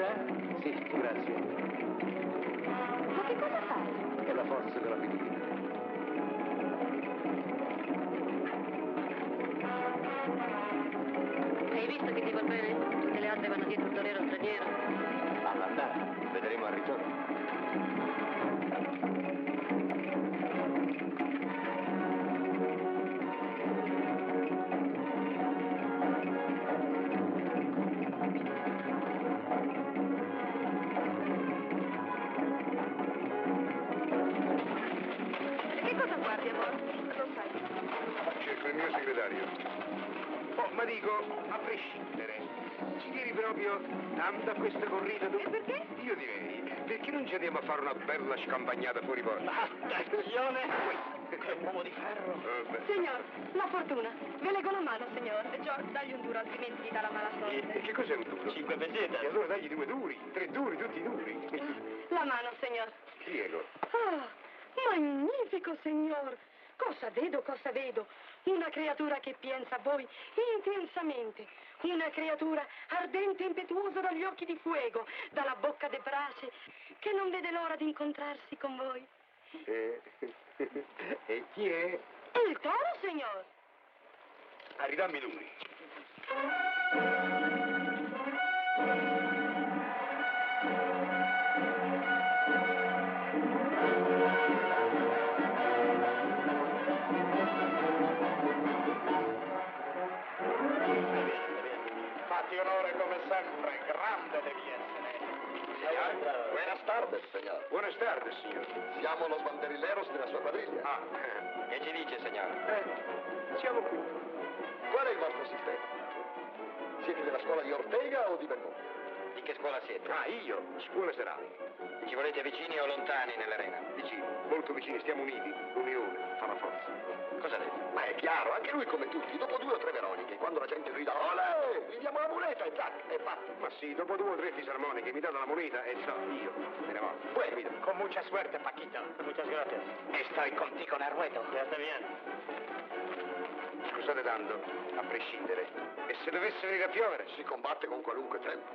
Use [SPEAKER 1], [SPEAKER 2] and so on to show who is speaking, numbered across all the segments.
[SPEAKER 1] Sì, grazie.
[SPEAKER 2] Ma che cosa fai?
[SPEAKER 1] È la forza dell'abitudine.
[SPEAKER 3] Hai visto che ti va bene? Tutte le altre vanno dietro un torero straniero.
[SPEAKER 1] All'andata, vedremo al ritorno.
[SPEAKER 3] Che cosa guardi, amore?
[SPEAKER 2] Non fai.
[SPEAKER 4] Cerco il mio segretario. Oh, ma dico, a prescindere, ci tiri proprio tanto a questa corrida tu?
[SPEAKER 2] E perché?
[SPEAKER 4] Io direi, perché non ci andiamo a fare una bella scampagnata fuori porta?
[SPEAKER 5] Ah.
[SPEAKER 6] Attenzione! È un uomo di ferro.
[SPEAKER 4] Vabbè.
[SPEAKER 2] Signor, la fortuna. Ve leggo la mano, signor. George, dagli un duro, altrimenti ti dà la mala
[SPEAKER 4] E
[SPEAKER 2] sorte.
[SPEAKER 4] che cos'è un duro?
[SPEAKER 6] Cinque pesete.
[SPEAKER 4] E allora dagli due duri, tre duri, tutti duri.
[SPEAKER 2] La mano, signor.
[SPEAKER 4] Diego,
[SPEAKER 2] Ah, magnifico, signor. Cosa vedo, cosa vedo? Una creatura che pensa a voi intensamente. Una creatura ardente e impetuosa dagli occhi di fuoco, dalla bocca de brace, che non vede l'ora di incontrarsi con voi.
[SPEAKER 4] eh, e chi è?
[SPEAKER 2] Il toro, signor.
[SPEAKER 4] A ridammi i duri.
[SPEAKER 6] Fatti onore come sempre, grande devi essere.
[SPEAKER 5] Buenas tardes, señor.
[SPEAKER 4] Buonas tardes, signor.
[SPEAKER 5] Siamo los banderileros della sua quadriglia.
[SPEAKER 4] Ah, eh,
[SPEAKER 5] Che ci dice, signor?
[SPEAKER 4] eh, siamo qui.
[SPEAKER 5] Qual è il vostro sistema? Siete della scuola di Ortega o di Benvenuto? Di che scuola siete?
[SPEAKER 4] Ah, io, scuola serale.
[SPEAKER 5] Ci volete vicini o lontani nell'arena?
[SPEAKER 4] Vicini, molto vicini, stiamo uniti. L'unione fa la forza.
[SPEAKER 5] Cosa detto? Ma è chiaro, anche lui come tutti, dopo due o tre veroniche, quando la gente grida Ole! Gli diamo la muleta e zac, è fatto.
[SPEAKER 4] Ma sì, dopo due o tre fisarmoniche mi date la moneta e so, io me ne vado.
[SPEAKER 5] Poi, capito?
[SPEAKER 6] Con mucha suerte, Paquito. Muchas gracias. Estoy contigo en el ruedo. Ya está bien.
[SPEAKER 4] Scusate tanto, a prescindere. E se dovesse venire a piovere?
[SPEAKER 5] Si combatte con qualunque tempo.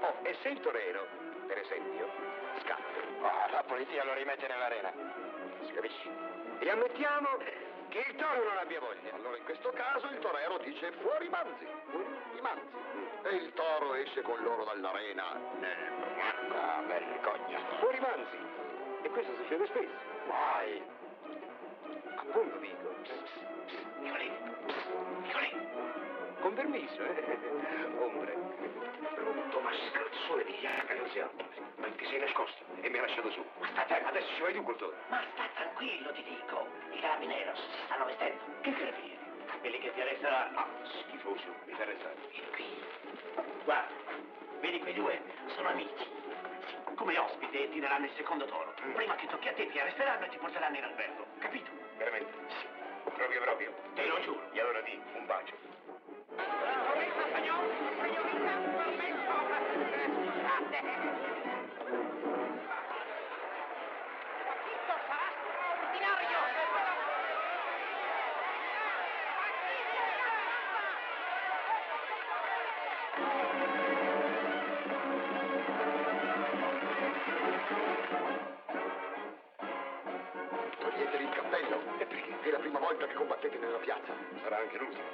[SPEAKER 4] Oh, e se il torero, per esempio, scappa?
[SPEAKER 5] Ah, la polizia lo rimette nell'arena. Si capisce?
[SPEAKER 4] E ammettiamo che il toro non abbia voglia.
[SPEAKER 5] Allora in questo caso il torero dice fuori manzi, i manzi. E il toro esce con loro dall'arena. Vergogna, vergogna.
[SPEAKER 4] Fuori manzi. E questo succede spesso.
[SPEAKER 5] Vai.
[SPEAKER 4] Appunto dico.
[SPEAKER 6] Nicolì. Nicolì.
[SPEAKER 4] Con permesso, eh. Ombre.
[SPEAKER 6] Brutto mascalzone di Iaca, non si
[SPEAKER 4] Ma ti sei nascosto e mi hai lasciato su.
[SPEAKER 6] Ma sta fermo,
[SPEAKER 4] Adesso ci vai tu col toro.
[SPEAKER 6] Ma sta tranquillo, ti dico. I carabineros si stanno vestendo. Che carabinieri? Quelli che ti arresteranno.
[SPEAKER 4] Ah, schifoso, mi fa restare.
[SPEAKER 6] Vieni qui. Guarda, vedi quei due? Sono amici. Come ospite ti daranno il secondo toro. Prima che tocchi a te ti arresteranno e ti porteranno in albergo. Capito?
[SPEAKER 4] Veramente? Sì. Proprio proprio.
[SPEAKER 6] Te lo giuro.
[SPEAKER 4] E allora di un bacio.
[SPEAKER 5] Toglietevi il cappello. E perché? È la prima volta che combattete nella piazza.
[SPEAKER 4] Sarà anche l'ultimo.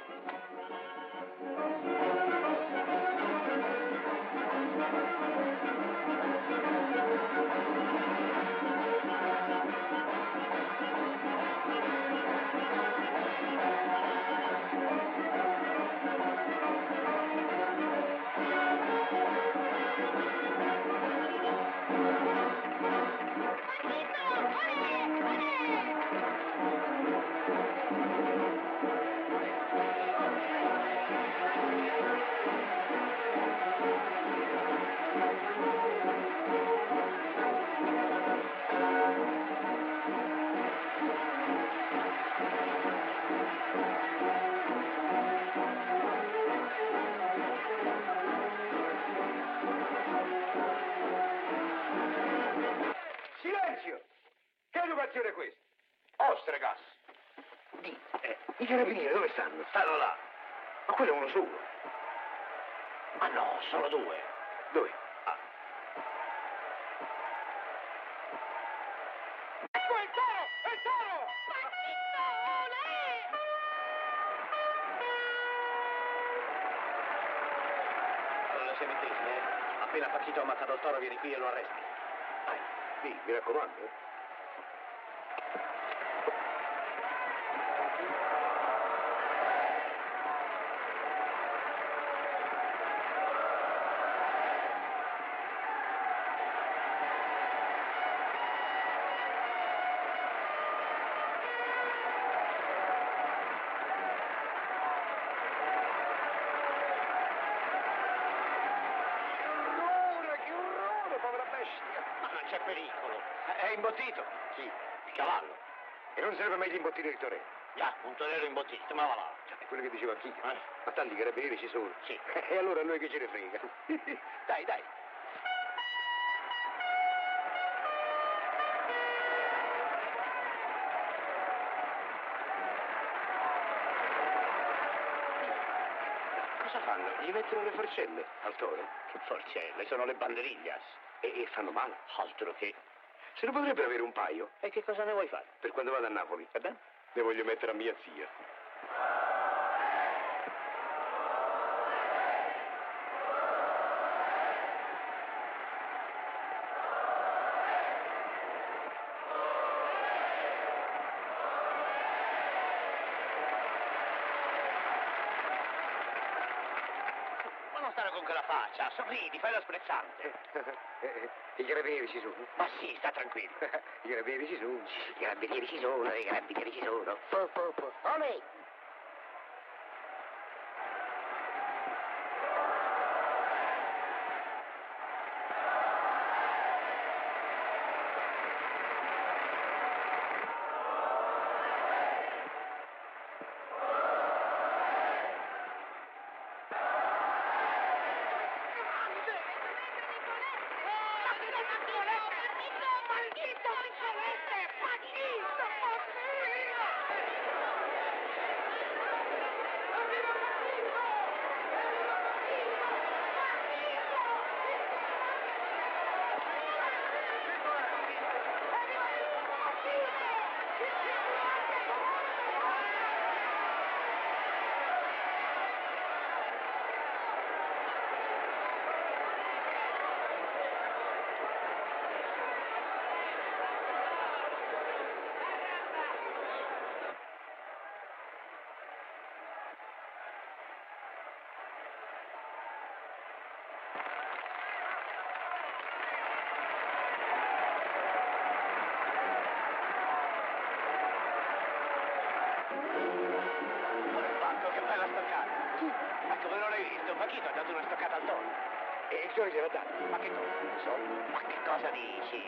[SPEAKER 4] Silenzio! Che educazione è questa?
[SPEAKER 6] Ostregas.
[SPEAKER 4] Eh, I carabinieri dove stanno?
[SPEAKER 6] Stanno là.
[SPEAKER 4] Ma quello è uno solo.
[SPEAKER 6] Ma
[SPEAKER 4] Ah,
[SPEAKER 6] no, sono due.
[SPEAKER 4] Dove?
[SPEAKER 6] adesso siamo attenti, eh. Appena Pachito ha matato il toro, vieni qui e lo arresti. Vai.
[SPEAKER 4] Sì, mi raccomando. eh. Urrore, che urrore, povera bestia.
[SPEAKER 6] Ma non c'è pericolo. È imbottito. Sì, il cavallo.
[SPEAKER 4] E non serve meglio imbottire il torello.
[SPEAKER 6] Già, un torero imbottito, ma va là.
[SPEAKER 4] È quello che diceva Chico.
[SPEAKER 6] Cioè, Eh.
[SPEAKER 4] Ma tanti i carabinieri ci sono.
[SPEAKER 6] Sì.
[SPEAKER 4] E allora a noi che ce ne frega. dai, dai. Cosa fanno? Gli mettono le forcelle al toro?
[SPEAKER 6] Che forcelle, sono le banderiglias.
[SPEAKER 4] E, e fanno male.
[SPEAKER 6] Altro che...
[SPEAKER 4] Se ne potrebbero avere un paio
[SPEAKER 6] E che cosa ne vuoi fare?
[SPEAKER 4] per quando vado a Napoli.
[SPEAKER 6] Eh beh,
[SPEAKER 4] Le voglio mettere a mia zia.
[SPEAKER 6] ma non stare con quella faccia, sorridi, fai lo sprezzante.
[SPEAKER 4] Eh, I carabinieri ci sono.
[SPEAKER 6] Ma sì, sta tranquillo.
[SPEAKER 4] I carabinieri ci sono.
[SPEAKER 6] I carabinieri ci sono, i carabinieri ci sono. Po, po, po. Olè! Porco, che bella stoccata. Ecco, ve non l'hai visto, Pachito ha dato una stoccata al toro.
[SPEAKER 4] E il toro gliel'ha dato.
[SPEAKER 6] Ma che cosa? Non so. Ma che cosa dici?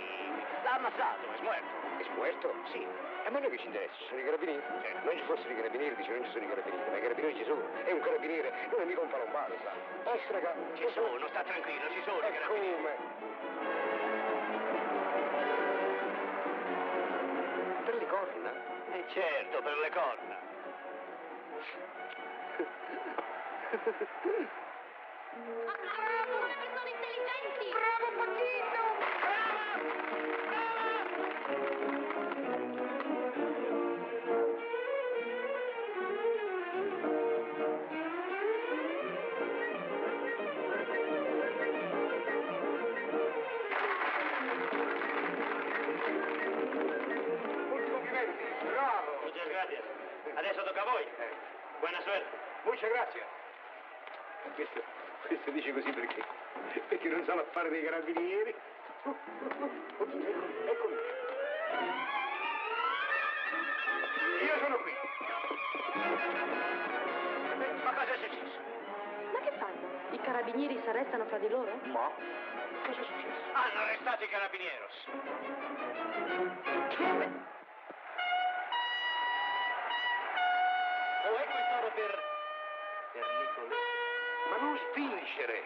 [SPEAKER 6] L'ha ammazzato, è smuerto.
[SPEAKER 4] È smuerto? Sì. E a me non che ci interessa, ci sono i carabinieri. Cioè, non ci fossero i carabinieri, dice non ci sono i carabinieri, ma i carabinieri ci sono. È un carabiniere, non è mica un palombare, sa. Ostraca,
[SPEAKER 6] Ci sono, sta tranquillo, ci sono i
[SPEAKER 4] E
[SPEAKER 6] carabinieri.
[SPEAKER 4] come? Per le corna?
[SPEAKER 6] Eh certo, per le corna.
[SPEAKER 3] Bravo, che sono intelligenti!
[SPEAKER 4] Complimenti, bravo.
[SPEAKER 6] Muchas gracias. Adesso tocca a voi. Buona suerte.
[SPEAKER 4] Muchas gracias. Questo, questo dice così perché? Perché non sa l'affare dei carabinieri. Eccomi, eccomi. Io sono qui.
[SPEAKER 6] Ma cosa è successo?
[SPEAKER 3] Ma che fanno? I carabinieri si arrestano fra di loro?
[SPEAKER 4] Ma cosa è successo?
[SPEAKER 6] Hanno arrestato i carabinieros. Oh, ecco il toro per... Per Nicolò.
[SPEAKER 4] Ma non spingere.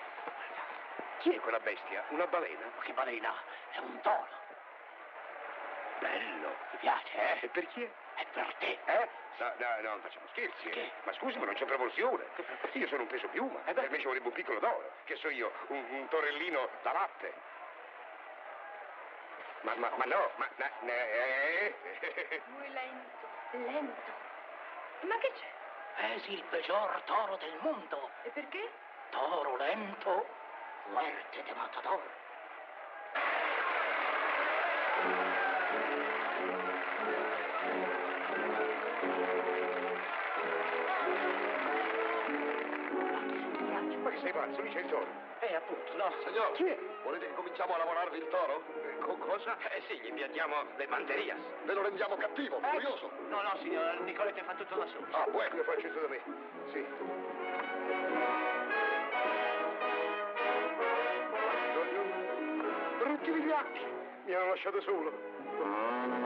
[SPEAKER 4] Chi è quella bestia? Una balena?
[SPEAKER 6] Che balena, è un toro.
[SPEAKER 4] Bello.
[SPEAKER 6] Ti piace,
[SPEAKER 4] E
[SPEAKER 6] eh?
[SPEAKER 4] per chi è?
[SPEAKER 6] È per te.
[SPEAKER 4] Eh? No, no, no, non facciamo scherzi. eh.
[SPEAKER 6] Perché?
[SPEAKER 4] Ma scusi, ma non c'è proporzione. Io sono un peso piuma.
[SPEAKER 6] Eh beh.
[SPEAKER 4] per me ci vorrebbe un piccolo d'oro. Che so io, un, un torellino da latte. Ma, ma, ma no, ma... ma- ma- eh, eh.
[SPEAKER 3] Lui lento, lento. Ma che c'è?
[SPEAKER 6] È il peggior toro del mondo.
[SPEAKER 3] E perché?
[SPEAKER 6] Toro lento Muerte de matador.
[SPEAKER 4] Ma che sei pazzo? Lì c'è il toro.
[SPEAKER 6] Eh, appunto, no.
[SPEAKER 5] Signor, volete che cominciamo a lavorarvi il toro?
[SPEAKER 4] Con cosa? Eh sì, gli piantiamo le banderie.
[SPEAKER 5] Ve lo rendiamo cattivo,
[SPEAKER 6] Eh.
[SPEAKER 5] furioso.
[SPEAKER 6] No, no, signor, Nicolette fa tutto da solo.
[SPEAKER 4] Ah, bueno, lo faccio solo da me. Sì. Brutti vigliacchi, mi hanno lasciato solo.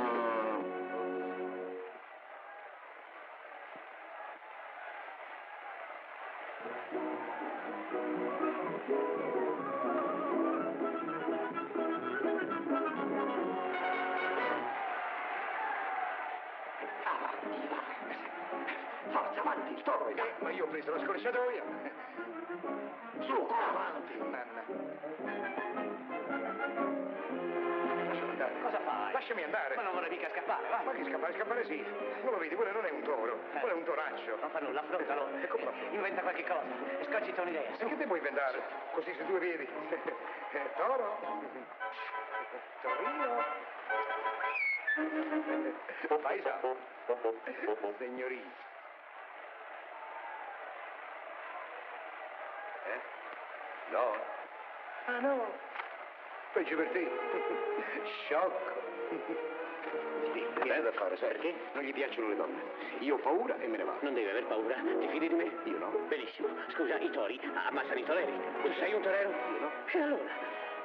[SPEAKER 6] Avanti, va. Forza, avanti, il toro, dai.
[SPEAKER 4] Ma io ho preso la scorciatoia.
[SPEAKER 6] Su, avanti.
[SPEAKER 4] Nanna. Lasciami andare.
[SPEAKER 6] Cosa fai?
[SPEAKER 4] Lasciami andare.
[SPEAKER 6] Ma non vorrei mica scappare, vai.
[SPEAKER 4] Ah, Ma che scappare, scappare sì. Non lo vedi, quello non è un toro, quello è un toraccio.
[SPEAKER 6] Non fa nulla, affrontalo.
[SPEAKER 4] E come lo affronto?
[SPEAKER 6] Inventa qualche cosa. Scogita un'idea.
[SPEAKER 4] E che te puoi inventare? Così su due piedi. Eh, Toro. Torino. O paesa. Signorina.
[SPEAKER 5] Eh? No?
[SPEAKER 4] Ah no. Peggio per te. Sciocco.
[SPEAKER 5] Sì, niente da fare, sai. Perché? Non gli piacciono le donne. Io ho paura e me ne vado.
[SPEAKER 6] Non devi aver paura. Ti fidi di me?
[SPEAKER 5] Io no.
[SPEAKER 6] Benissimo. Scusa, i tori ammazzano i toleri. Tu sei un torero? Io no. E allora?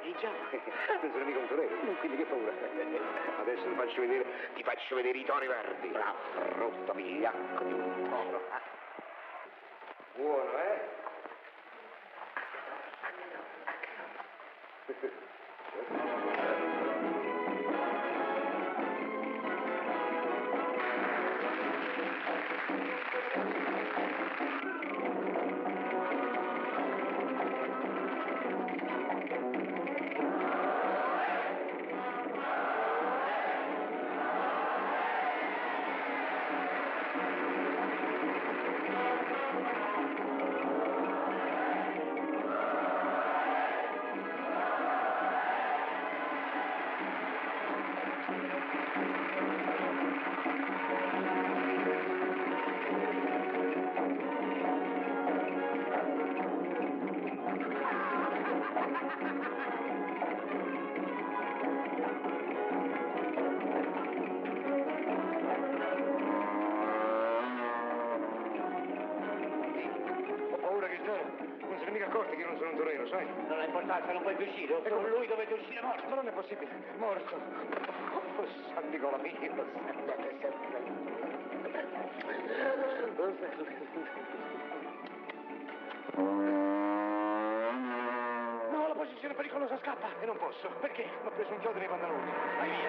[SPEAKER 6] E Eh, già.
[SPEAKER 5] Non sono mica un torero, quindi che paura. Adesso ti faccio vedere, ti faccio vedere i tori verdi. La brutta vigliacco di un toro.
[SPEAKER 4] Buono, eh? Ho paura che il toro. Non se ne è mica accorti che io non sono un torero, sai?
[SPEAKER 6] Non ha importanza, non puoi più uscire. O Con lui dovete uscire morto.
[SPEAKER 4] Ma non è possibile. Morto. Oh, San Nicola mio, San Nicola, San Nicola. No, la posizione pericolosa scappa. E non posso. Perché? Mi ho preso un chiodo nei pantaloni.
[SPEAKER 6] Vai via.